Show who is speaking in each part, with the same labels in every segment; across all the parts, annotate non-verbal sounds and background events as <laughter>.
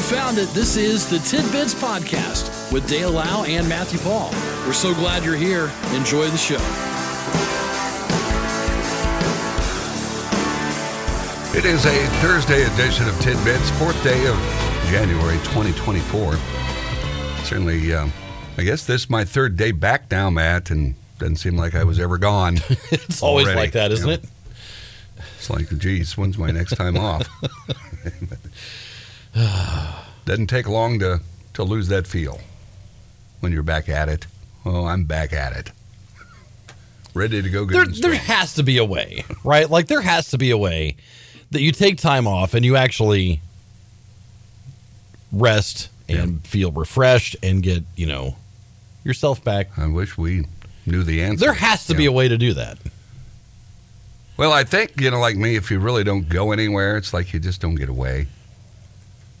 Speaker 1: found it. This is the Tidbits Podcast with Dale Lau and Matthew Paul. We're so glad you're here. Enjoy the show.
Speaker 2: It is a Thursday edition of Tidbits, fourth day of January 2024. Certainly, um, I guess this is my third day back now, Matt, and doesn't seem like I was ever
Speaker 3: <laughs>
Speaker 2: gone.
Speaker 3: It's always
Speaker 2: already,
Speaker 3: like that,
Speaker 2: you
Speaker 3: isn't
Speaker 2: know.
Speaker 3: it?
Speaker 2: It's like, geez, when's my next time
Speaker 3: <laughs>
Speaker 2: off? <sighs> Doesn't take long to, to lose that feel when you're back at it. Oh, I'm back at it. Ready to go good.
Speaker 3: There,
Speaker 2: and
Speaker 3: there
Speaker 2: strong.
Speaker 3: has to be a way, right? Like there has to be a way that you take time off and you actually rest and feel refreshed and get you know yourself back.
Speaker 2: I wish we knew the answer.
Speaker 3: There has to be
Speaker 2: Yeah.
Speaker 3: a way to do that.
Speaker 2: Well, I think, you know, like me, if you really don't go anywhere, it's like you just don't get away.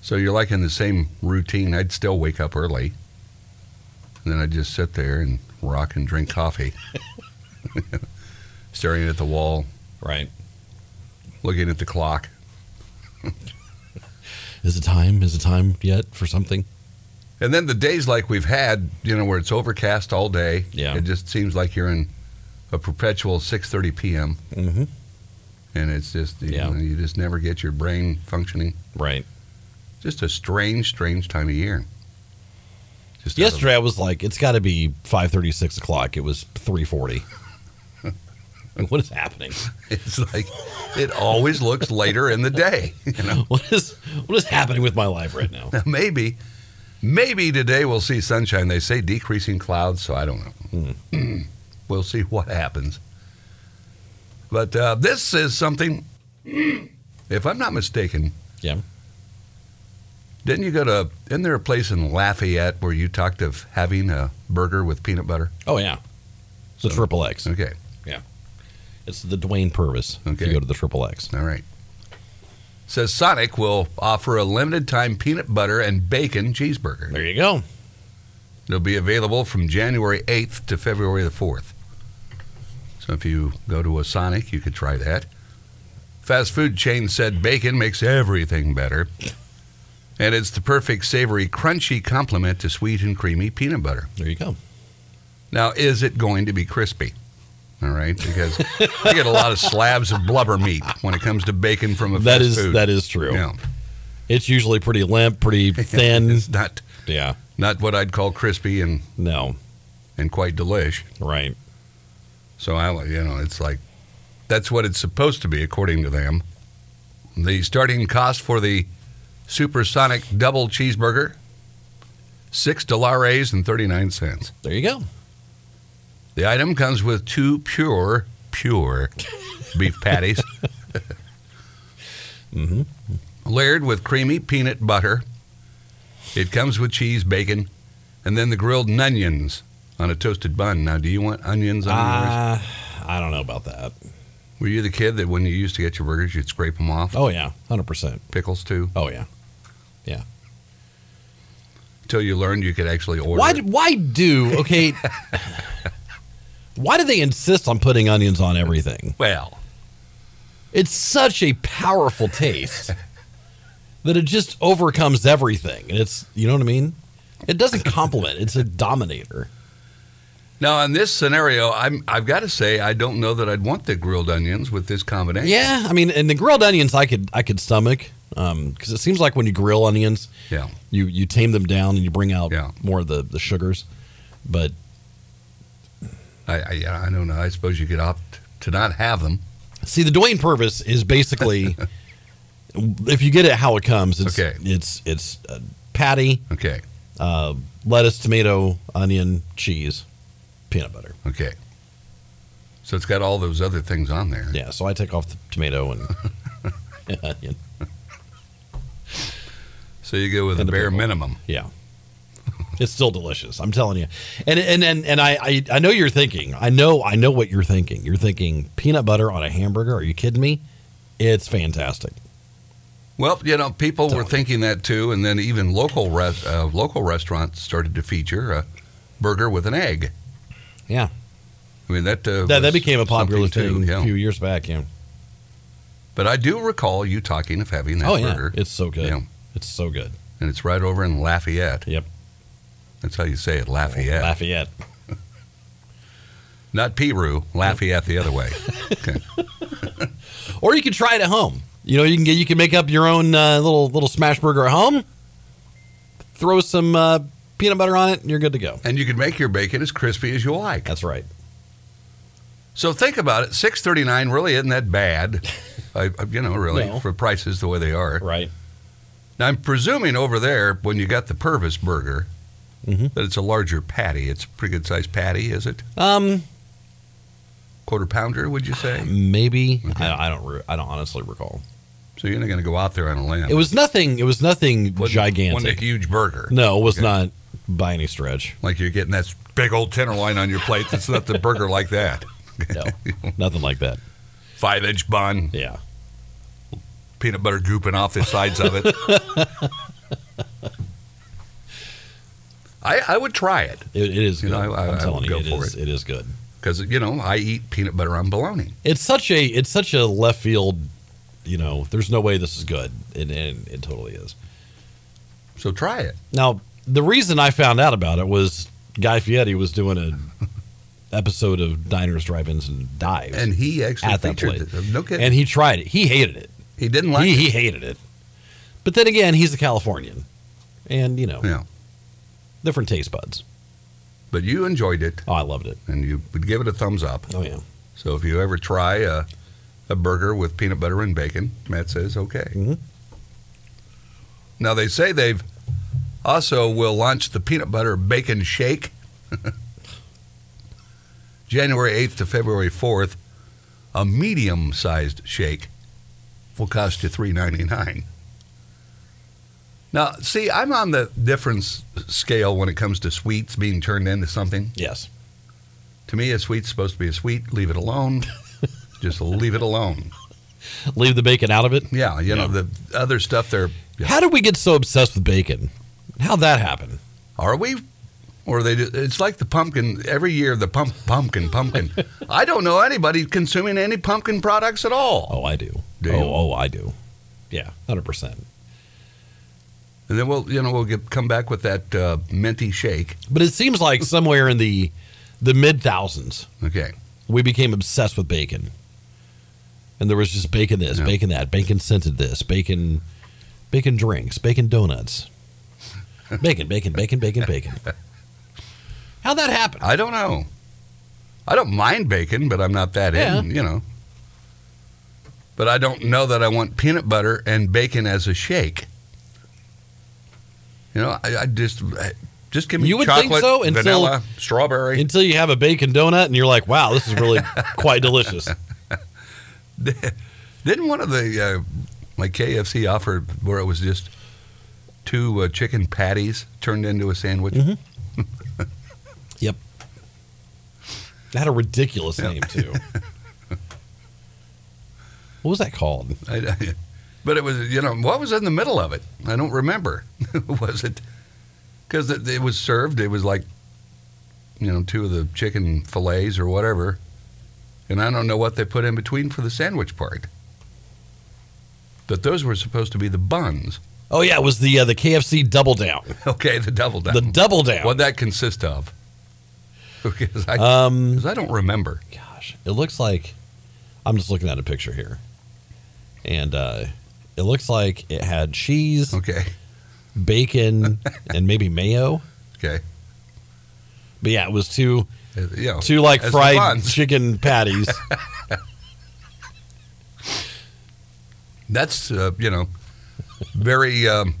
Speaker 2: So you're like in the same routine. I'd still wake up early. And then I'd just sit there and rock and drink coffee, <laughs> staring at the wall,
Speaker 3: Right?
Speaker 2: looking at the clock.
Speaker 3: Is it time? Is it time yet for something?
Speaker 2: And then the days like we've had, you know, where it's overcast all day.
Speaker 3: Yeah.
Speaker 2: It just seems like you're in a perpetual 6:30 p.m.
Speaker 3: Mm-hmm.
Speaker 2: and it's just you,
Speaker 3: Yeah.
Speaker 2: know, you just never get your brain functioning.
Speaker 3: Right.
Speaker 2: Just a strange, strange time of year. Just out of-
Speaker 3: Yesterday I was like, it's got to be five thirty, six o'clock. It was three forty.
Speaker 2: <laughs>
Speaker 3: what is happening?
Speaker 2: <laughs> It's like it always looks later in the day. <laughs> You know,
Speaker 3: What is what is happening with my life right now?
Speaker 2: Now, maybe, maybe today we'll see sunshine. They say decreasing clouds, so I don't know. <clears throat> we'll see what happens. But uh, this is something. <clears throat> If I'm not mistaken,
Speaker 3: Yeah.
Speaker 2: didn't you go to? Isn't there a place in Lafayette where you talked of having a burger with peanut butter?
Speaker 3: Oh yeah. It's the triple X.
Speaker 2: Okay,
Speaker 3: It's the Dwayne Purvis. If
Speaker 2: Okay.
Speaker 3: you go to the triple X.
Speaker 2: all right. Says Sonic will offer a limited time peanut butter and bacon cheeseburger.
Speaker 3: There you go.
Speaker 2: They'll be available from January 8th to February the 4th. So if you go to a Sonic, you could try that. Fast food chain said bacon makes everything better. And it's the perfect savory, crunchy complement to sweet and creamy peanut butter.
Speaker 3: There you go.
Speaker 2: Now, is it going to be crispy? All right, because I get a lot of slabs of blubber meat when it comes to bacon from a
Speaker 3: That
Speaker 2: fast
Speaker 3: is
Speaker 2: food.
Speaker 3: that is true.
Speaker 2: yeah.
Speaker 3: It's usually pretty limp, pretty
Speaker 2: <laughs>
Speaker 3: thin.
Speaker 2: it's not
Speaker 3: yeah.
Speaker 2: not what I'd call crispy and
Speaker 3: No.
Speaker 2: and quite delish.
Speaker 3: Right.
Speaker 2: So I, you know, it's like that's what it's supposed to be, according to them. The starting cost for the supersonic double cheeseburger: six dollars and thirty-nine cents.
Speaker 3: There you go.
Speaker 2: The item comes with two pure, <laughs> pure beef patties, <laughs>
Speaker 3: Mm-hmm.
Speaker 2: layered with creamy peanut butter. It comes with cheese, bacon, and then the grilled onions on a toasted bun. Now, do you want onions on yours?
Speaker 3: Uh, I don't know about that.
Speaker 2: Were you the kid that when you used to get your burgers, you'd scrape them off?
Speaker 3: Oh yeah, hundred percent.
Speaker 2: Pickles too.
Speaker 3: Oh yeah.
Speaker 2: Until you learned you <laughs> could actually order.
Speaker 3: Why?
Speaker 2: it.
Speaker 3: do- Why do?
Speaker 2: <laughs>
Speaker 3: Okay. why do they insist on putting onions on everything?
Speaker 2: Well,
Speaker 3: It's such a powerful taste that it just overcomes everything. And it's, you know what I mean? It doesn't complement, it's a dominator.
Speaker 2: now in this scenario, I'm I've got to say I don't know that I'd want the grilled onions with this combination.
Speaker 3: Yeah, I mean, and the grilled onions I could I could stomach because it seems like when you grill onions,
Speaker 2: Yeah.
Speaker 3: you you tame them down and you bring out
Speaker 2: Yeah.
Speaker 3: more of the the sugars. But
Speaker 2: I, I yeah, I don't know. I suppose you could opt to not have them.
Speaker 3: see, the Dwayne Purvis is basically if you get it how it comes, it's
Speaker 2: Okay.
Speaker 3: it's it's uh, patty,
Speaker 2: Okay.
Speaker 3: uh, lettuce, tomato, onion, cheese, peanut butter.
Speaker 2: Okay. So it's got all those other things on there.
Speaker 3: Yeah, so I take off the tomato and
Speaker 2: <laughs>
Speaker 3: and <laughs> onion.
Speaker 2: So you go with the
Speaker 3: And the
Speaker 2: bare
Speaker 3: pickle.
Speaker 2: minimum.
Speaker 3: Yeah. It's still delicious. I'm telling you. And and and, and I, I I know you're thinking. I know I know what you're thinking. You're thinking peanut butter on a hamburger. Are you kidding me? It's fantastic.
Speaker 2: Well, you know, people were
Speaker 3: Telling you.
Speaker 2: thinking that too, and then even local res- uh, local restaurants started to feature a burger with an egg.
Speaker 3: Yeah.
Speaker 2: I mean that uh,
Speaker 3: That
Speaker 2: was
Speaker 3: that became a popular
Speaker 2: something,
Speaker 3: thing
Speaker 2: yeah.
Speaker 3: a few years back, yeah.
Speaker 2: But I do recall you talking of having that
Speaker 3: Oh yeah.
Speaker 2: burger.
Speaker 3: It's so good.
Speaker 2: Yeah.
Speaker 3: It's so good.
Speaker 2: and it's right over in Lafayette.
Speaker 3: Yep. Oh,
Speaker 2: That's how you say it, Lafayette.
Speaker 3: Lafayette.
Speaker 2: Not Peru, Lafayette the other way.
Speaker 3: <laughs>
Speaker 2: Okay.
Speaker 3: Or you can try it at home. You know, you can get you can make up your own uh, little little smash burger at home. Throw some uh, peanut butter on it, and you're good to go.
Speaker 2: And you can make your bacon as crispy as you like.
Speaker 3: That's right.
Speaker 2: So think about it. Six thirty nine really isn't that bad.
Speaker 3: <laughs>
Speaker 2: I, I- you know, really
Speaker 3: No.
Speaker 2: for prices the way they are.
Speaker 3: Right.
Speaker 2: Now I'm presuming over there when you got the Purvis burger
Speaker 3: Mhm.
Speaker 2: that it's a larger patty. It's a pretty good sized patty, is it?
Speaker 3: Um.
Speaker 2: Quarter pounder, would you say?
Speaker 3: Maybe
Speaker 2: Okay.
Speaker 3: I, I don't. Re- I don't honestly recall.
Speaker 2: So you're not going to go out there on a lamb.
Speaker 3: It was nothing. It was nothing
Speaker 2: Wasn't- Wasn't a
Speaker 3: gigantic.
Speaker 2: huge burger.
Speaker 3: No, it was
Speaker 2: Okay.
Speaker 3: not by any stretch.
Speaker 2: Like you're getting that big old tenderloin on your plate. That's not the burger like
Speaker 3: <laughs>
Speaker 2: that. <laughs>
Speaker 3: No, nothing like that.
Speaker 2: Five inch bun,
Speaker 3: Yeah.
Speaker 2: peanut butter gooping off the sides of
Speaker 3: <laughs>
Speaker 2: it. I, I would try it
Speaker 3: It, it is
Speaker 2: You
Speaker 3: good.
Speaker 2: know, I- I-
Speaker 3: am
Speaker 2: I
Speaker 3: telling
Speaker 2: would
Speaker 3: you,
Speaker 2: go
Speaker 3: it
Speaker 2: for
Speaker 3: is. It is good.
Speaker 2: because you know I eat peanut butter on bologna.
Speaker 3: It's such a. It's such a left field. You know, there's no way this is good, and, and it totally is.
Speaker 2: So try it.
Speaker 3: Now, the reason I found out about it was Guy Fieri was doing
Speaker 2: <laughs>
Speaker 3: a episode of Diners, Drive-ins, and Dives,
Speaker 2: And he actually
Speaker 3: At that
Speaker 2: featured
Speaker 3: place.
Speaker 2: it. No kidding.
Speaker 3: and he tried it. He hated it.
Speaker 2: he didn't like
Speaker 3: he,
Speaker 2: it.
Speaker 3: he hated it. But then again, he's a Californian, and you know,
Speaker 2: Yeah.
Speaker 3: different taste buds.
Speaker 2: But you enjoyed it
Speaker 3: Oh, I loved it.
Speaker 2: and you would give it a thumbs up.
Speaker 3: Oh yeah,
Speaker 2: So if you ever try a, a burger with peanut butter and bacon, Matt says okay.
Speaker 3: Mhm.
Speaker 2: Now they say they've also will launch the peanut butter bacon shake <laughs> January 8th to February 4th. A medium sized shake will cost you $3.99. Now, see, I'm on the difference scale when it comes to sweets being turned into something.
Speaker 3: yes,
Speaker 2: To me, a sweet's supposed to be a sweet. Leave it alone. Just leave it alone.
Speaker 3: leave the bacon out of it.
Speaker 2: Yeah, you know the other stuff there. yeah.
Speaker 3: How did we get so obsessed with bacon? How'd that happen?
Speaker 2: Are we? Or they? Just, it's like the pumpkin. Every year, the pump, pumpkin, pumpkin. I don't know anybody consuming any pumpkin products at all.
Speaker 3: Oh, I do.
Speaker 2: Do you?
Speaker 3: oh, oh, I do. Yeah, hundred percent.
Speaker 2: And then we'll, you know, we'll get, come back with that uh, minty shake.
Speaker 3: But it seems like somewhere in the the mid thousands,
Speaker 2: Okay.
Speaker 3: we became obsessed with bacon. And there was just bacon this,
Speaker 2: Yeah.
Speaker 3: bacon that, bacon scented this, bacon bacon drinks, bacon donuts. Bacon, bacon, bacon, bacon, bacon. How'd that happen?
Speaker 2: I don't know. I don't mind bacon, but I'm not that
Speaker 3: Yeah.
Speaker 2: in. You know. But I don't know that I want peanut butter and bacon as a shake. You know, I, I just I- just give me
Speaker 3: You would think
Speaker 2: chocolate,
Speaker 3: so until-
Speaker 2: vanilla, strawberry.
Speaker 3: Until you have a bacon donut and you're like, wow, this is really quite delicious.
Speaker 2: Didn't one of the uh, like KFC offer where it was just two uh, chicken patties turned into a sandwich?
Speaker 3: Mm-hmm. Yep. That had a ridiculous
Speaker 2: Yeah.
Speaker 3: name too. What was that called?
Speaker 2: I, I- but it was, you know, what was in the middle of it? I don't remember. <laughs> was it because it, it was served? It was like, you know, two of the chicken fillets or whatever. And I don't know what they put in between for the sandwich part. But those were supposed to be the buns. <laughs>
Speaker 3: Oh yeah, it was the uh, the KFC double down.
Speaker 2: Okay, the double down.
Speaker 3: The double down.
Speaker 2: What'd that consist of? <laughs> Because I,
Speaker 3: Um
Speaker 2: 'cause I don't remember.
Speaker 3: gosh, it looks like I'm just looking at a picture here, and uh, it looks like it had cheese,
Speaker 2: Okay, <laughs>
Speaker 3: bacon, and maybe mayo.
Speaker 2: okay.
Speaker 3: But yeah, it was two
Speaker 2: Uh, You know,
Speaker 3: two like
Speaker 2: as the
Speaker 3: fried
Speaker 2: buns. <laughs>
Speaker 3: chicken patties.
Speaker 2: That's uh, you know, very um,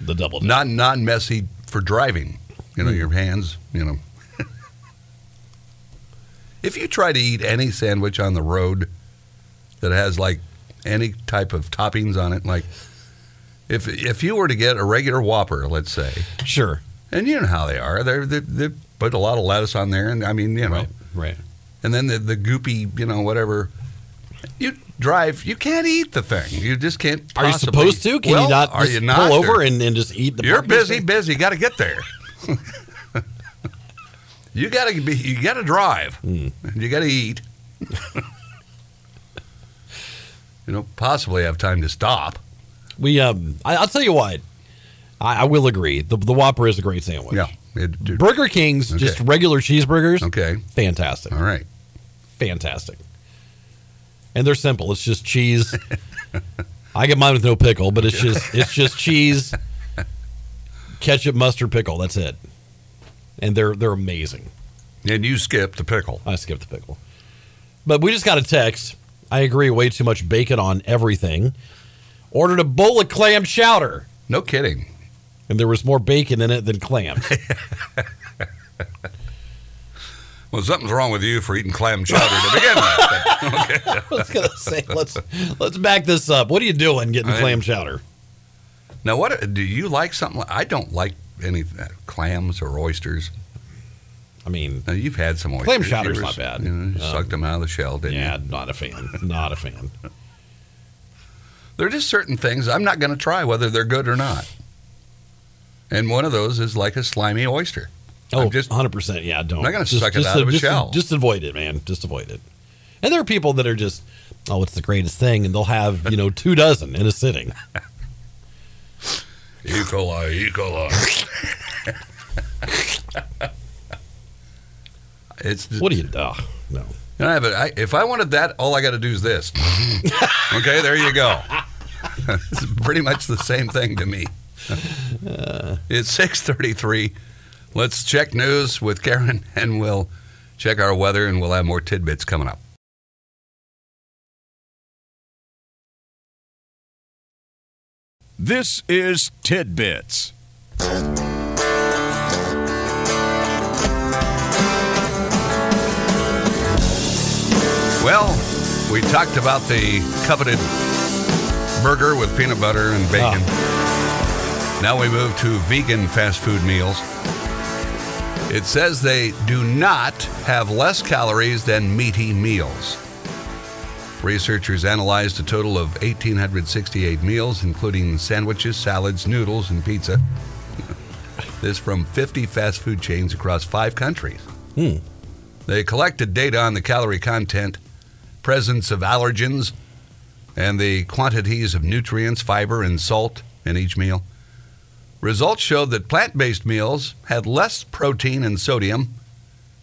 Speaker 3: the double down.
Speaker 2: not not messy for driving. You know,
Speaker 3: Hmm.
Speaker 2: your hands. You know, <laughs> if you try to eat any sandwich on the road that has like any type of toppings on it, like if if you were to get a regular Whopper, let's say,
Speaker 3: Sure,
Speaker 2: and you know how they are, they're, they they put a lot of lettuce on there, and I mean, you know,
Speaker 3: right, right.
Speaker 2: and then the the goopy, you know, whatever. You drive, you can't eat the thing. You just can't.
Speaker 3: Are you
Speaker 2: possibly-
Speaker 3: supposed to? Can
Speaker 2: Well,
Speaker 3: you not
Speaker 2: Are
Speaker 3: just
Speaker 2: you not?
Speaker 3: pull
Speaker 2: Or-
Speaker 3: over and, and just eat the?
Speaker 2: you're
Speaker 3: pumpkin
Speaker 2: busy,
Speaker 3: thing?
Speaker 2: busy. Got to get
Speaker 3: <laughs>
Speaker 2: there. you got to be. You got to drive.
Speaker 3: Hmm.
Speaker 2: You got to eat. you don't possibly have time to stop.
Speaker 3: We um, I, I'll tell you what. I, I will agree. The, the Whopper is a great sandwich.
Speaker 2: Yeah. It, dude,
Speaker 3: Burger King's
Speaker 2: Okay.
Speaker 3: just regular cheeseburgers.
Speaker 2: okay.
Speaker 3: Fantastic.
Speaker 2: All right.
Speaker 3: Fantastic. And they're simple. It's just cheese. I get mine with no pickle, but it's just it's just cheese, ketchup, mustard, pickle. That's it. And they're they're amazing.
Speaker 2: And you skipped the pickle.
Speaker 3: I skipped the pickle. But we just got a text. I agree, way too much bacon on everything. Ordered a bowl of clam chowder,
Speaker 2: No kidding.
Speaker 3: and there was more bacon in it than <laughs> clams.
Speaker 2: Well, something's wrong with you for eating clam chowder to begin
Speaker 3: <laughs>
Speaker 2: with.
Speaker 3: I was gonna say, let's let's back this up. What are you doing getting
Speaker 2: I-
Speaker 3: clam chowder?
Speaker 2: Now, what do you like? Something like, I don't like any of that, clams or oysters.
Speaker 3: I mean,
Speaker 2: Now you've had some oysters.
Speaker 3: Clam chowder's
Speaker 2: You
Speaker 3: not bad. Uh,
Speaker 2: You know, you sucked them out of the shell, didn't
Speaker 3: yeah,
Speaker 2: you?
Speaker 3: not a fan. Not a fan.
Speaker 2: There are just certain things I'm not going to try, whether they're good or not. And one of those is like a slimy oyster.
Speaker 3: Oh,
Speaker 2: I'm just-
Speaker 3: 100%. Yeah, don't.
Speaker 2: I'm not gonna suck it out of a
Speaker 3: just,
Speaker 2: shell.
Speaker 3: Just avoid it, man. Just avoid it. And there are people that are just, oh, it's the greatest thing, and they'll have you know two dozen in a sitting.
Speaker 2: E. coli, E. coli. <laughs> it's
Speaker 3: What do you? Oh, no.
Speaker 2: And I have a, I, if I wanted that, all I got to do is this. <laughs> okay, there you go. <laughs> it's pretty much the same thing to me. <laughs> it's six thirty-three. Let's check news with Karen, and we'll check our weather, and we'll have more tidbits coming up.
Speaker 4: This is Tidbits.
Speaker 2: Well, we talked about the coveted burger with peanut butter and bacon. Now we move to vegan fast food meals. It says they do not have less calories than meaty meals. Researchers analyzed a total of 1,868 meals, including sandwiches, salads, noodles, and pizza. <laughs> this from 50 fast food chains across five countries. They collected data on the calorie content, presence of allergens, and the quantities of nutrients, fiber, and salt in each meal. Results showed that plant based meals had less protein and sodium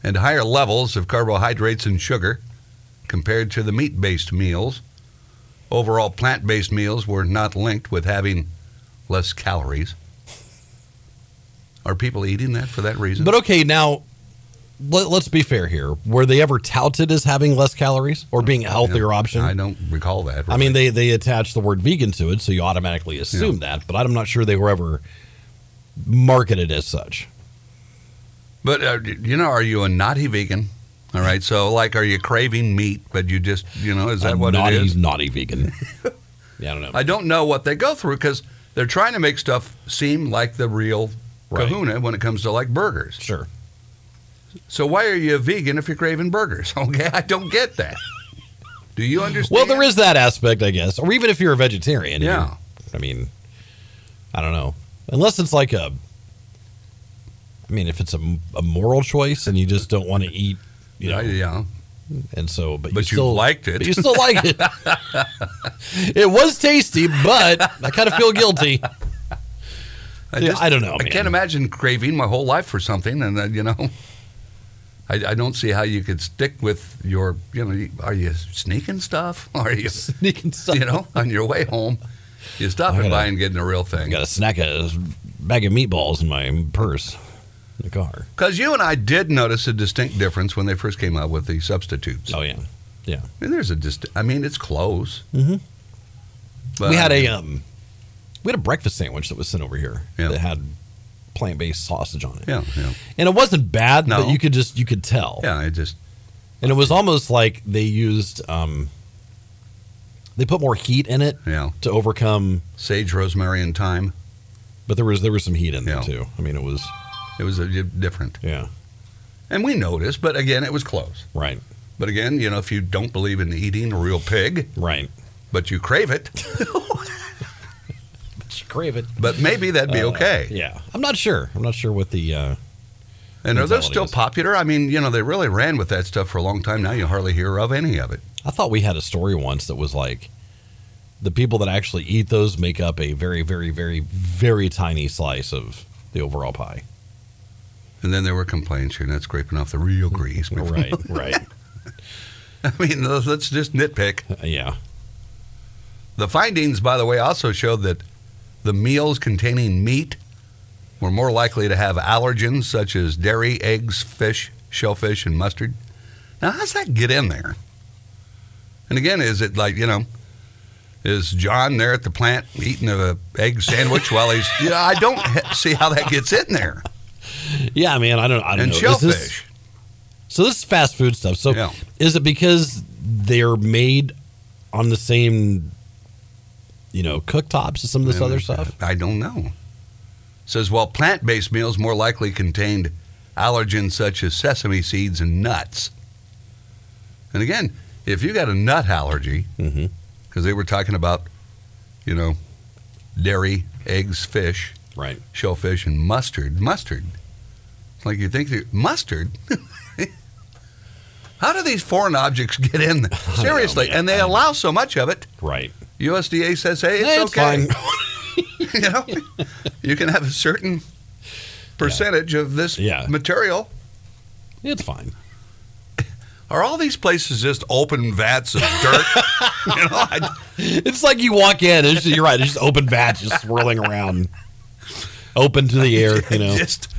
Speaker 2: and higher levels of carbohydrates and sugar compared to the meat based meals. Overall, plant based meals were not linked with having less calories. Are people eating that for that reason?
Speaker 3: But okay, now let, let's be fair here. Were they ever touted as having less calories or being a healthier option?
Speaker 2: I
Speaker 3: I,
Speaker 2: don't recall that.
Speaker 3: mean, they they attach the word vegan to it, so you automatically assume that. But I'm not sure they were ever marketed as such.
Speaker 2: But uh, you know, are you a naughty vegan? All right, so like, are you craving meat, but you just, you know, is that
Speaker 3: A
Speaker 2: what
Speaker 3: naughty,
Speaker 2: it is?
Speaker 3: naughty
Speaker 2: <laughs>
Speaker 3: vegan. yeah, I don't know.
Speaker 2: I don't know what they go through because they're trying to make stuff seem like the real
Speaker 3: Right.
Speaker 2: Kahuna when it comes to like burgers.
Speaker 3: sure.
Speaker 2: So why are you a vegan if you're craving burgers? <laughs> Okay, I don't get that. Do you understand?
Speaker 3: Well, there is that aspect, I guess, or even if you're a vegetarian.
Speaker 2: Yeah.
Speaker 3: you're- I mean, I don't know. Unless it's like a, I mean, if it's a, a moral choice and you just don't want to eat, you know,
Speaker 2: Yeah, yeah.
Speaker 3: and so, but,
Speaker 2: But
Speaker 3: you
Speaker 2: you
Speaker 3: still
Speaker 2: liked it.
Speaker 3: But you still like
Speaker 2: <laughs>
Speaker 3: it. it was tasty, but I kind of feel guilty. <laughs>
Speaker 2: I,
Speaker 3: Yeah, I don't know,
Speaker 2: I
Speaker 3: man.
Speaker 2: can't imagine craving my whole life for something, and then you know, I, I don't see how you could stick with your. You know, are you sneaking stuff? <laughs> Are you
Speaker 3: Sneaking stuff.
Speaker 2: you know, on your way home, you stop
Speaker 3: I
Speaker 2: and
Speaker 3: gotta-
Speaker 2: buy and getting the real
Speaker 3: I
Speaker 2: thing.
Speaker 3: got a snack of bag of meatballs in my purse, in the car.
Speaker 2: Because you and I did notice a distinct difference when they first came out with the substitutes.
Speaker 3: Oh yeah, yeah.
Speaker 2: I mean, there's a dist- I mean, it's close.
Speaker 3: Mhm.
Speaker 2: But
Speaker 3: we had a um, we had a breakfast sandwich that was sent over here
Speaker 2: Yeah.
Speaker 3: that had plant based sausage on it,
Speaker 2: yeah, yeah,
Speaker 3: and it wasn't bad,
Speaker 2: No.
Speaker 3: but you could just you could tell,
Speaker 2: yeah. I just
Speaker 3: and it was almost like they used um, they put more heat in it
Speaker 2: yeah,
Speaker 3: to overcome,
Speaker 2: sage, rosemary, and thyme.
Speaker 3: but there was there was some heat in there
Speaker 2: Yeah.
Speaker 3: too. I mean, it was
Speaker 2: It was a, different,
Speaker 3: yeah,
Speaker 2: and we noticed. But again, it was close.
Speaker 3: right,
Speaker 2: But again, you know, if you don't believe in eating a real pig,
Speaker 3: right.
Speaker 2: but you crave it,
Speaker 3: Just crave it.
Speaker 2: but maybe that'd
Speaker 3: Uh,
Speaker 2: be okay.
Speaker 3: Yeah, I'm not sure. I'm not sure what the uh,
Speaker 2: and are those
Speaker 3: mentality
Speaker 2: still
Speaker 3: is-
Speaker 2: popular? I mean, you know, they really ran with that stuff for a long time. Now you hardly hear of any of it.
Speaker 3: I thought we had a story once that was like the people that actually eat those make up a very, very, very, very tiny slice of the overall pie.
Speaker 2: And then there were complaints. You're not scraping off the real grease.
Speaker 3: Right, right.
Speaker 2: <laughs> I mean, <laughs> let's just nitpick.
Speaker 3: Yeah.
Speaker 2: The findings, by the way, also showed that the meals containing meat were more likely to have allergens such as dairy, eggs, fish, shellfish, and mustard. Now, how's that get in there? And again, is it like, you know, is John there at the plant eating a egg sandwich while he's, you know, I don't he- see how that gets in there.
Speaker 3: Yeah, man, I don't I don't
Speaker 2: And
Speaker 3: know. Is
Speaker 2: shellfish.
Speaker 3: this- so this is fast food stuff. So
Speaker 2: Yeah.
Speaker 3: is it because they're made on the same you know, cooktops as some of this other stuff?
Speaker 2: I don't know. Says, well, plant based meals more likely contained allergens such as sesame seeds and nuts. And again, if you got a nut allergy,
Speaker 3: Mhm.
Speaker 2: because they were talking about, you know, dairy, eggs, fish,
Speaker 3: Right.
Speaker 2: shellfish, and mustard. Mustard. It's like you think that- mustard. <laughs> How do these foreign objects get
Speaker 3: <laughs>
Speaker 2: in? there? Seriously,
Speaker 3: Oh, man.
Speaker 2: and they allow so much of it.
Speaker 3: Right.
Speaker 2: USDA says, hey, it's,
Speaker 3: It's
Speaker 2: okay.
Speaker 3: fine.
Speaker 2: <laughs> you know, you can have a certain percentage of this
Speaker 3: Yeah.
Speaker 2: material.
Speaker 3: It's fine.
Speaker 2: Are all these places just open vats of
Speaker 3: <laughs>
Speaker 2: dirt? you know, I,
Speaker 3: It's like you walk in, and it's just, you're right. It's just open vats just swirling around, open to the air.
Speaker 2: <laughs>
Speaker 3: You know,
Speaker 2: just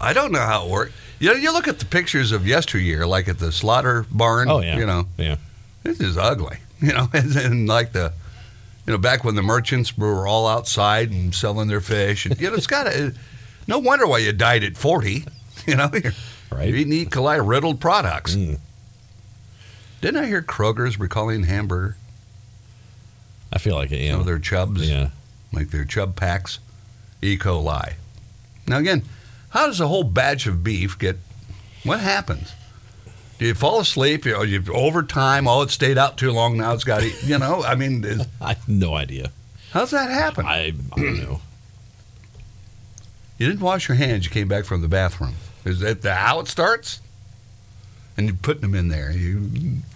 Speaker 2: I don't know how it worked. You know, you look at the pictures of yesteryear, like at the slaughter barn.
Speaker 3: Oh, yeah.
Speaker 2: You know,
Speaker 3: yeah,
Speaker 2: this is ugly. <laughs> You know, and, then like the, you know, back when the merchants were all outside and selling their fish, and you know, it's got to. <laughs> No wonder why you died at forty. <laughs> You know, you're,
Speaker 3: Right. Mm.
Speaker 2: you're eating E. coli riddled products. Didn't I hear Kroger's recalling hamburger?
Speaker 3: I feel like it.
Speaker 2: You know,
Speaker 3: Yeah,
Speaker 2: their chubs,
Speaker 3: yeah.
Speaker 2: like their chub packs, E. coli. Now again, how does a whole batch of beef get? What happens? Do you fall asleep? You, you over time? Oh, it stayed out too long. Now it's got to. You know, I mean, is-
Speaker 3: I have no idea.
Speaker 2: How's that happen?
Speaker 3: I, I don't know.
Speaker 2: you didn't wash your hands. You came back from the bathroom. Is that the, how it starts? And you're putting them in there. You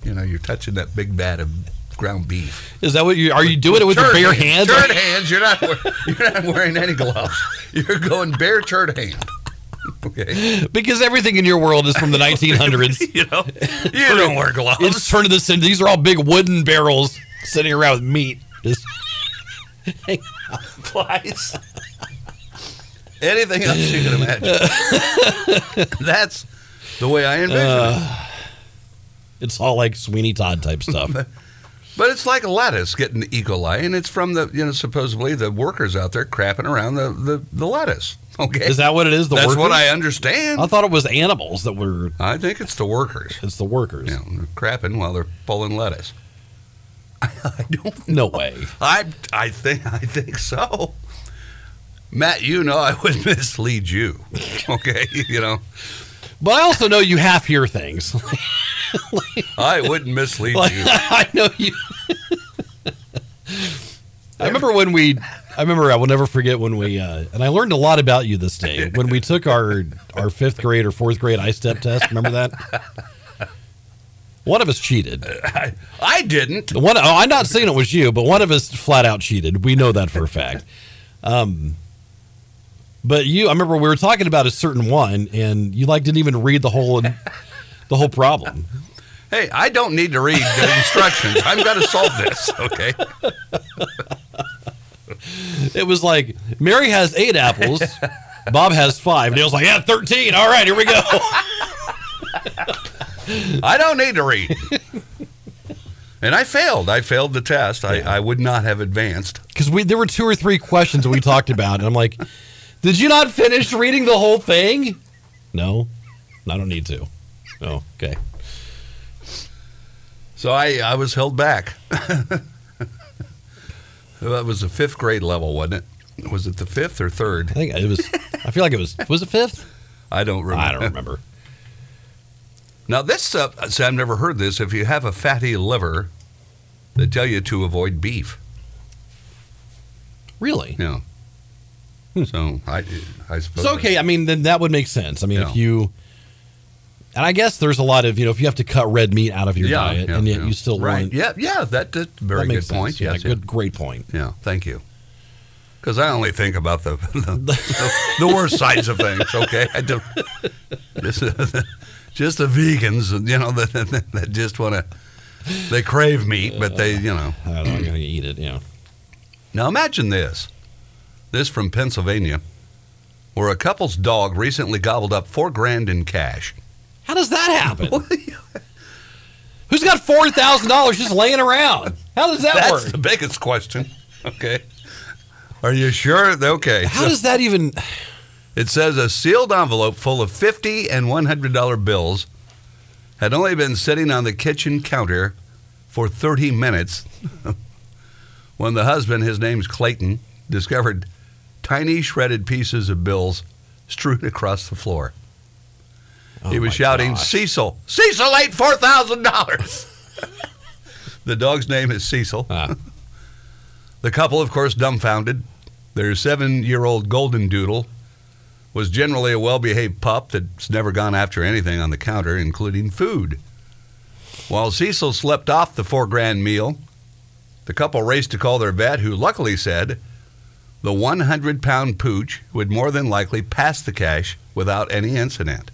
Speaker 2: you know you're touching that big vat of ground beef.
Speaker 3: Is that what you are you doing it with your
Speaker 2: Turd
Speaker 3: bare hands?
Speaker 2: Turd hands. You're not wear- <laughs> you're not wearing any gloves. You're going bare turd hand.
Speaker 3: <laughs>
Speaker 2: Okay.
Speaker 3: Because everything in your world is from the
Speaker 2: <laughs>
Speaker 3: 1900s.
Speaker 2: You know you don't wear gloves.
Speaker 3: it's turned this into these are all big wooden barrels sitting around with meat. Just,
Speaker 2: flies. Anything else you can imagine.
Speaker 3: <laughs>
Speaker 2: That's the way I envision it.
Speaker 3: Uh. it's all like Sweeney Todd type stuff.
Speaker 2: But it's like lettuce getting E. coli, and it's from the you know supposedly the workers out there crapping around the the, the lettuce. Okay,
Speaker 3: Is that what it is? The
Speaker 2: that's
Speaker 3: workers?
Speaker 2: what I understand.
Speaker 3: I thought it was animals that were.
Speaker 2: I think it's the workers.
Speaker 3: It's the workers.
Speaker 2: You know, they're crapping while they're pulling lettuce. I don't.
Speaker 3: No way.
Speaker 2: I I think I think so. Matt, you know I would <laughs> mislead you. Okay, you know
Speaker 3: But I also know you half hear things. <laughs>
Speaker 2: I wouldn't mislead
Speaker 3: Like,
Speaker 2: you.
Speaker 3: I know you. I remember when we. I remember. I will never forget when we. Uh, and I learned a lot about you this day when we took our our fifth grade or fourth grade I step test. Remember that? One of us cheated.
Speaker 2: I, I didn't.
Speaker 3: One. Oh, I'm not saying it was you, but one of us flat out cheated. We know that for a fact. Um, but you, I remember we were talking about a certain one, and you like didn't even read the whole the whole problem.
Speaker 2: Hey, I don't need to read the instructions. I'm going to solve this. Okay.
Speaker 3: It was like Mary has eight apples, Bob has five. And he was like, yeah, thirteen. All right, here we go. <laughs>
Speaker 2: I don't need to read. and I failed. I failed the test. I, I would not have advanced.
Speaker 3: Because we there were two or three questions we talked about, and I'm like, did you not finish reading the whole thing? No, I don't need to. Oh, okay.
Speaker 2: So I, I was held back. <laughs> that was the fifth grade level, wasn't it? Was it the fifth or
Speaker 3: I
Speaker 2: third?
Speaker 3: think it was. I feel like it was. Was it fifth?
Speaker 2: I don't remember.
Speaker 3: I don't remember.
Speaker 2: Now this stuff. See, I've never heard this. If you have a fatty liver, they tell you to avoid beef.
Speaker 3: Really?
Speaker 2: You know. So I I suppose.
Speaker 3: It's okay. I mean, then that would make sense. I mean,
Speaker 2: Yeah.
Speaker 3: if you And I guess there's a lot of you know if you have to cut red meat out of your diet and yet
Speaker 2: yeah.
Speaker 3: you still
Speaker 2: right.
Speaker 3: want
Speaker 2: Yeah, yeah, that, that's a very
Speaker 3: that
Speaker 2: good
Speaker 3: makes
Speaker 2: point.
Speaker 3: sense. Yeah,
Speaker 2: yes, yeah.
Speaker 3: good great
Speaker 2: <clears throat>
Speaker 3: point.
Speaker 2: Yeah, thank you. Because I only think about the <laughs> the, the worst sides of things. Okay, I don't. Just, <laughs> just the vegans, you know, that, that, that just want to. They crave meat, but they, you know.
Speaker 3: I don't know, I'm gonna eat it. Yeah,
Speaker 2: Now imagine this. This from Pennsylvania, where a couple's dog recently gobbled up four grand in cash.
Speaker 3: how does that happen?
Speaker 2: <laughs>
Speaker 3: Who's got four thousand dollars just laying around? How does that
Speaker 2: That's
Speaker 3: work?
Speaker 2: the biggest question. <laughs> Okay. Are you sure? Okay.
Speaker 3: How does that even? <sighs>
Speaker 2: It says a sealed envelope full of 50 and $100 bills had only been sitting on the kitchen counter for 30 minutes <laughs> when the husband, his name's Clayton, discovered tiny shredded pieces of bills strewn across the floor. he was
Speaker 3: Oh my
Speaker 2: shouting,
Speaker 3: gosh.
Speaker 2: Cecil, Cecil ate $4,000. <laughs> the dog's name is Cecil.
Speaker 3: Ah.
Speaker 2: The couple, of course, dumbfounded. Their seven year old golden doodle was generally a well behaved pup that's never gone after anything on the counter, including food. While Cecil slept off the four grand meal, the couple raced to call their vet, who luckily said the 100 pound pooch would more than likely pass the cash without any incident.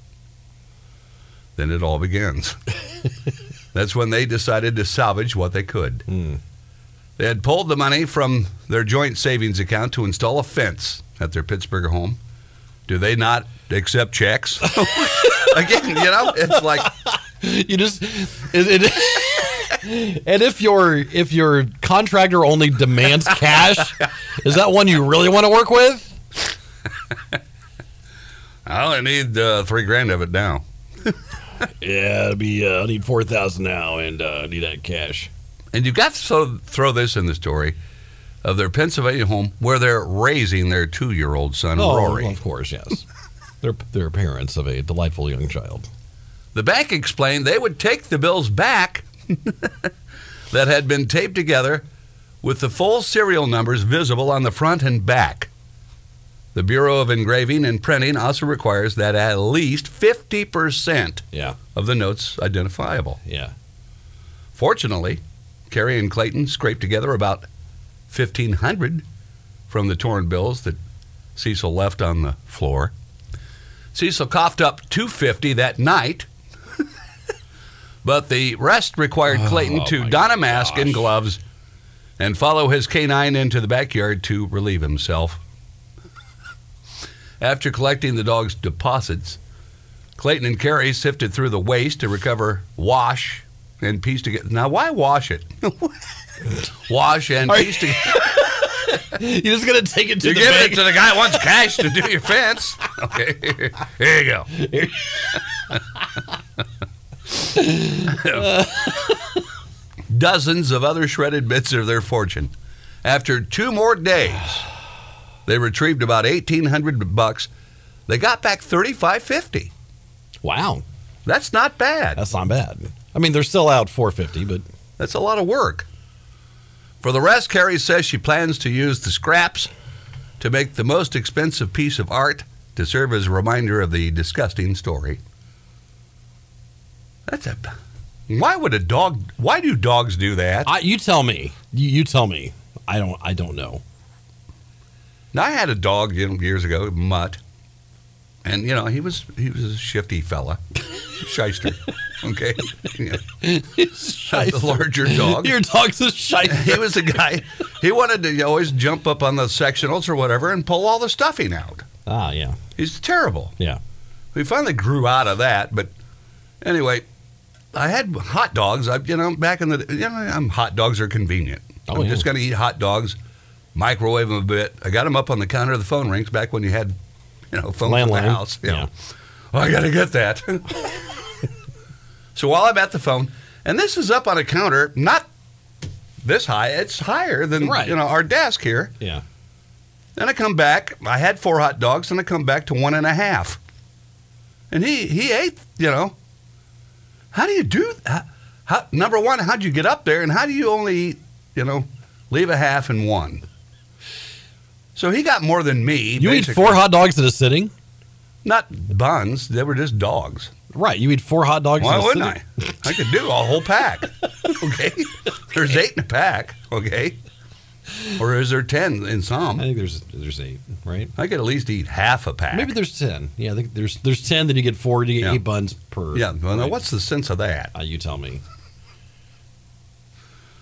Speaker 2: Then it all begins. That's when they decided to salvage what they could. They had pulled the money from their joint savings account to install a fence at their Pittsburgh home. Do they not accept checks? <laughs> Again, you know, it's like
Speaker 3: You just it, it, <laughs> and if your if your contractor only demands cash, is that one you really want to work with?
Speaker 2: I only need uh, three grand of it now.
Speaker 3: Yeah, it'd be. Uh, I need four thousand now, and uh, I need that cash.
Speaker 2: And you've got to so, throw this in the story of their Pennsylvania home where they're raising their two year old son,
Speaker 3: Oh,
Speaker 2: Rory.
Speaker 3: of course, yes. <laughs> they're they're parents of a delightful young child.
Speaker 2: The bank explained they would take the bills back that had been taped together with the full serial numbers visible on the front and back. The Bureau of Engraving and Printing also requires that at least 50%
Speaker 3: Yeah,
Speaker 2: of the notes identifiable.
Speaker 3: yeah.
Speaker 2: Fortunately, Carrie and Clayton scraped together about 1500 from the torn bills that Cecil left on the floor. Cecil coughed up 250 that night, <laughs> but the rest required Clayton
Speaker 3: Oh,
Speaker 2: to
Speaker 3: my
Speaker 2: don a mask and
Speaker 3: gosh.
Speaker 2: gloves and follow his canine into the backyard to relieve himself. After collecting the dog's deposits, Clayton and Carrie sifted through the waste to recover wash and piece together. Now, why wash it? wash and piece together. <laughs>
Speaker 3: You're just gonna take it to
Speaker 2: You
Speaker 3: the
Speaker 2: give
Speaker 3: bank.
Speaker 2: it to the guy who wants cash to do your fence. Okay, here you go. <laughs> Dozens of other shredded bits of their fortune. After two more days, they retrieved about eighteen hundred bucks. They got back thirty five fifty.
Speaker 3: wow,
Speaker 2: That's not bad.
Speaker 3: that's not bad. I mean, they're still out four fifty, but
Speaker 2: That's a lot of work. For the rest, Carrie says she plans to use the scraps to make the most expensive piece of art to serve as a reminder of the disgusting story. That's a. Why would a dog. Why do dogs do that?
Speaker 3: I, you tell me. You, you tell me. I don't. I don't know.
Speaker 2: Now, I had a dog you know, years ago, Mutt, and you know he was he was a shifty fella, <laughs> shyster. Okay, <laughs> you know, the larger dog.
Speaker 3: Your dog's a shite.
Speaker 2: <laughs> he was the guy. He wanted to always jump up on the sectionals or whatever and pull all the stuffing out.
Speaker 3: ah, yeah,
Speaker 2: He's terrible.
Speaker 3: yeah.
Speaker 2: We finally grew out of that, but anyway, I had hot dogs. I, you know, back in the you know, I'm hot dogs are convenient.
Speaker 3: Oh,
Speaker 2: I'm
Speaker 3: yeah.
Speaker 2: just going to eat hot dogs, microwave them a bit. I got them up on the counter. The phone rings back when you had, you know, phones in
Speaker 3: Landline.
Speaker 2: the house. you
Speaker 3: Yeah.
Speaker 2: know. Oh, I got to get that. <laughs> so while I'm at the phone, and this is up on a counter, not this high. It's higher than
Speaker 3: Right.
Speaker 2: you know our desk here.
Speaker 3: Yeah.
Speaker 2: Then I come back. I had four hot dogs, and I come back to one and a half. And he he ate. You know, how do you do? How, how, number one, how'd you get up there, and how do you only eat? You know, leave a half and one. So he got more than me.
Speaker 3: You eat
Speaker 2: basically.
Speaker 3: four hot dogs in a sitting?
Speaker 2: Not buns. They were just dogs.
Speaker 3: Right. You eat four hot dogs.
Speaker 2: Why
Speaker 3: in a
Speaker 2: wouldn't
Speaker 3: sitting.
Speaker 2: I? I could do a whole pack. <laughs> Okay. There's eight in a pack. Okay. Or is there 10 in
Speaker 3: I
Speaker 2: some?
Speaker 3: think there's there's eight, right?
Speaker 2: I could at least eat half a pack.
Speaker 3: Maybe there's ten. Yeah, I think there's there's ten. Then you get four. You get
Speaker 2: Yeah.
Speaker 3: eight buns per.
Speaker 2: Yeah. Well, now
Speaker 3: right?
Speaker 2: what's the sense of that?
Speaker 3: Uh, you tell me.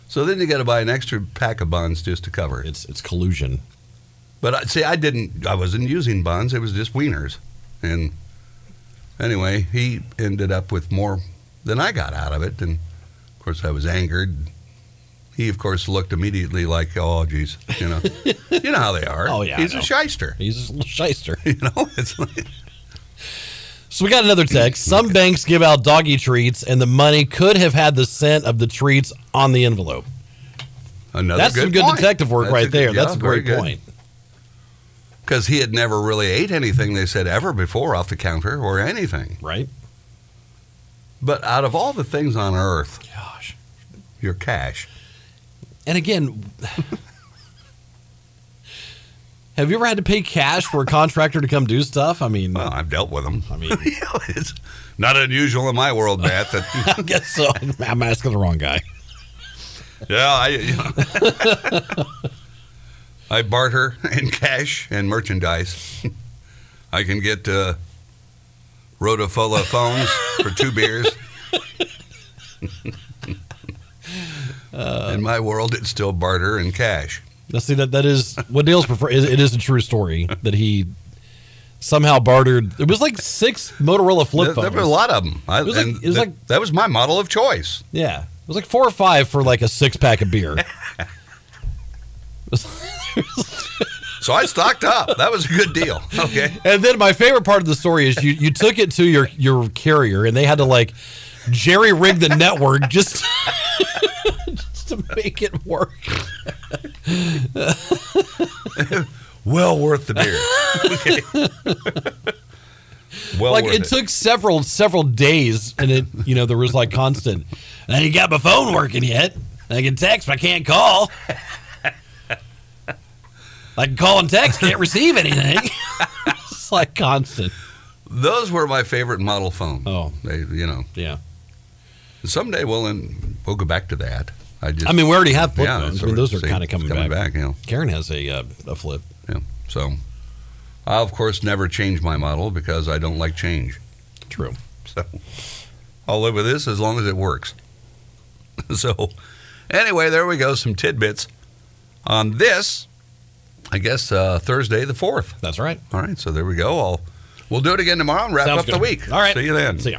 Speaker 2: So then you got to buy an extra pack of buns just to cover it.
Speaker 3: It's it's collusion.
Speaker 2: But I, see, I didn't, I wasn't using buns. It was just wieners. And anyway, he ended up with more than I got out of it. And of course, I was angered. He, of course, looked immediately like, oh, geez, you
Speaker 3: <laughs>
Speaker 2: know, you know how they are.
Speaker 3: Oh, yeah, I
Speaker 2: He's a
Speaker 3: know.
Speaker 2: shyster. <laughs>
Speaker 3: He's a little <laughs> shyster.
Speaker 2: You know, it's like,
Speaker 3: So we got another text. Some banks give out doggy treats, and the money could have had the scent of the treats on the envelope.
Speaker 2: another
Speaker 3: That's
Speaker 2: good
Speaker 3: some good
Speaker 2: point.
Speaker 3: detective work
Speaker 2: That's a
Speaker 3: right
Speaker 2: good-
Speaker 3: there.
Speaker 2: yeah,
Speaker 3: That's a
Speaker 2: very
Speaker 3: great
Speaker 2: good.
Speaker 3: point.
Speaker 2: Because he had never really ate anything, they said, ever before off the counter or anything.
Speaker 3: Right?
Speaker 2: But out of all the things on earth,
Speaker 3: Gosh.
Speaker 2: your cash.
Speaker 3: And again, have you ever had to pay cash for a contractor to come do stuff? I mean,
Speaker 2: Well, I've dealt with them.
Speaker 3: I mean,
Speaker 2: You know, <laughs> it's not unusual in my world, Matt. That
Speaker 3: <laughs> <laughs> I guess so. I'm asking the wrong guy.
Speaker 2: yeah, I you know. I barter in cash and merchandise. I can get uh, Rotofola phones for two beers. in my world, it's still barter and cash.
Speaker 3: Now, see that that is what Dale's prefer. Is, it is a true story that he somehow bartered. It was like six Motorola flip
Speaker 2: There, there
Speaker 3: phones.
Speaker 2: were a lot of them. I,
Speaker 3: was like-
Speaker 2: and
Speaker 3: it was
Speaker 2: that-
Speaker 3: like-
Speaker 2: that was my model of choice.
Speaker 3: Yeah, it was like four or five for like a six pack
Speaker 2: <laughs>
Speaker 3: of beer.
Speaker 2: So I stocked up. That was a good deal. Okay.
Speaker 3: and then my favorite part of the story is you you took it to your your carrier and they had to like jerry rig the network just <laughs> just to make it work.
Speaker 2: well worth the
Speaker 3: <laughs>
Speaker 2: beer. well
Speaker 3: like
Speaker 2: worth
Speaker 3: it, took several several days and it you know there was like constant. I ain't got my phone working yet. I can text, but I can't call. I can call and text, can't receive anything. <laughs> it's like constant.
Speaker 2: Those were my favorite model phone.
Speaker 3: Oh.
Speaker 2: they, you know,
Speaker 3: Yeah.
Speaker 2: someday we'll in, we'll go back to that. I just,
Speaker 3: I mean, we already have flip phones.
Speaker 2: it's
Speaker 3: I mean, those are
Speaker 2: see,
Speaker 3: kind of
Speaker 2: it's
Speaker 3: coming,
Speaker 2: coming
Speaker 3: back.
Speaker 2: back. Yeah,
Speaker 3: Karen has a uh, a flip.
Speaker 2: yeah. So, I of course never change my model because I don't like change.
Speaker 3: True.
Speaker 2: So, I'll live with this as long as it works. <laughs> so, anyway, there we go. Some tidbits on this. I guess uh, Thursday the fourth.
Speaker 3: That's right.
Speaker 2: All right, so there we go. I'll, we'll do it again tomorrow and wrap
Speaker 3: Sounds
Speaker 2: up the
Speaker 3: good.
Speaker 2: week.
Speaker 3: All right.
Speaker 2: See you then.
Speaker 3: See ya.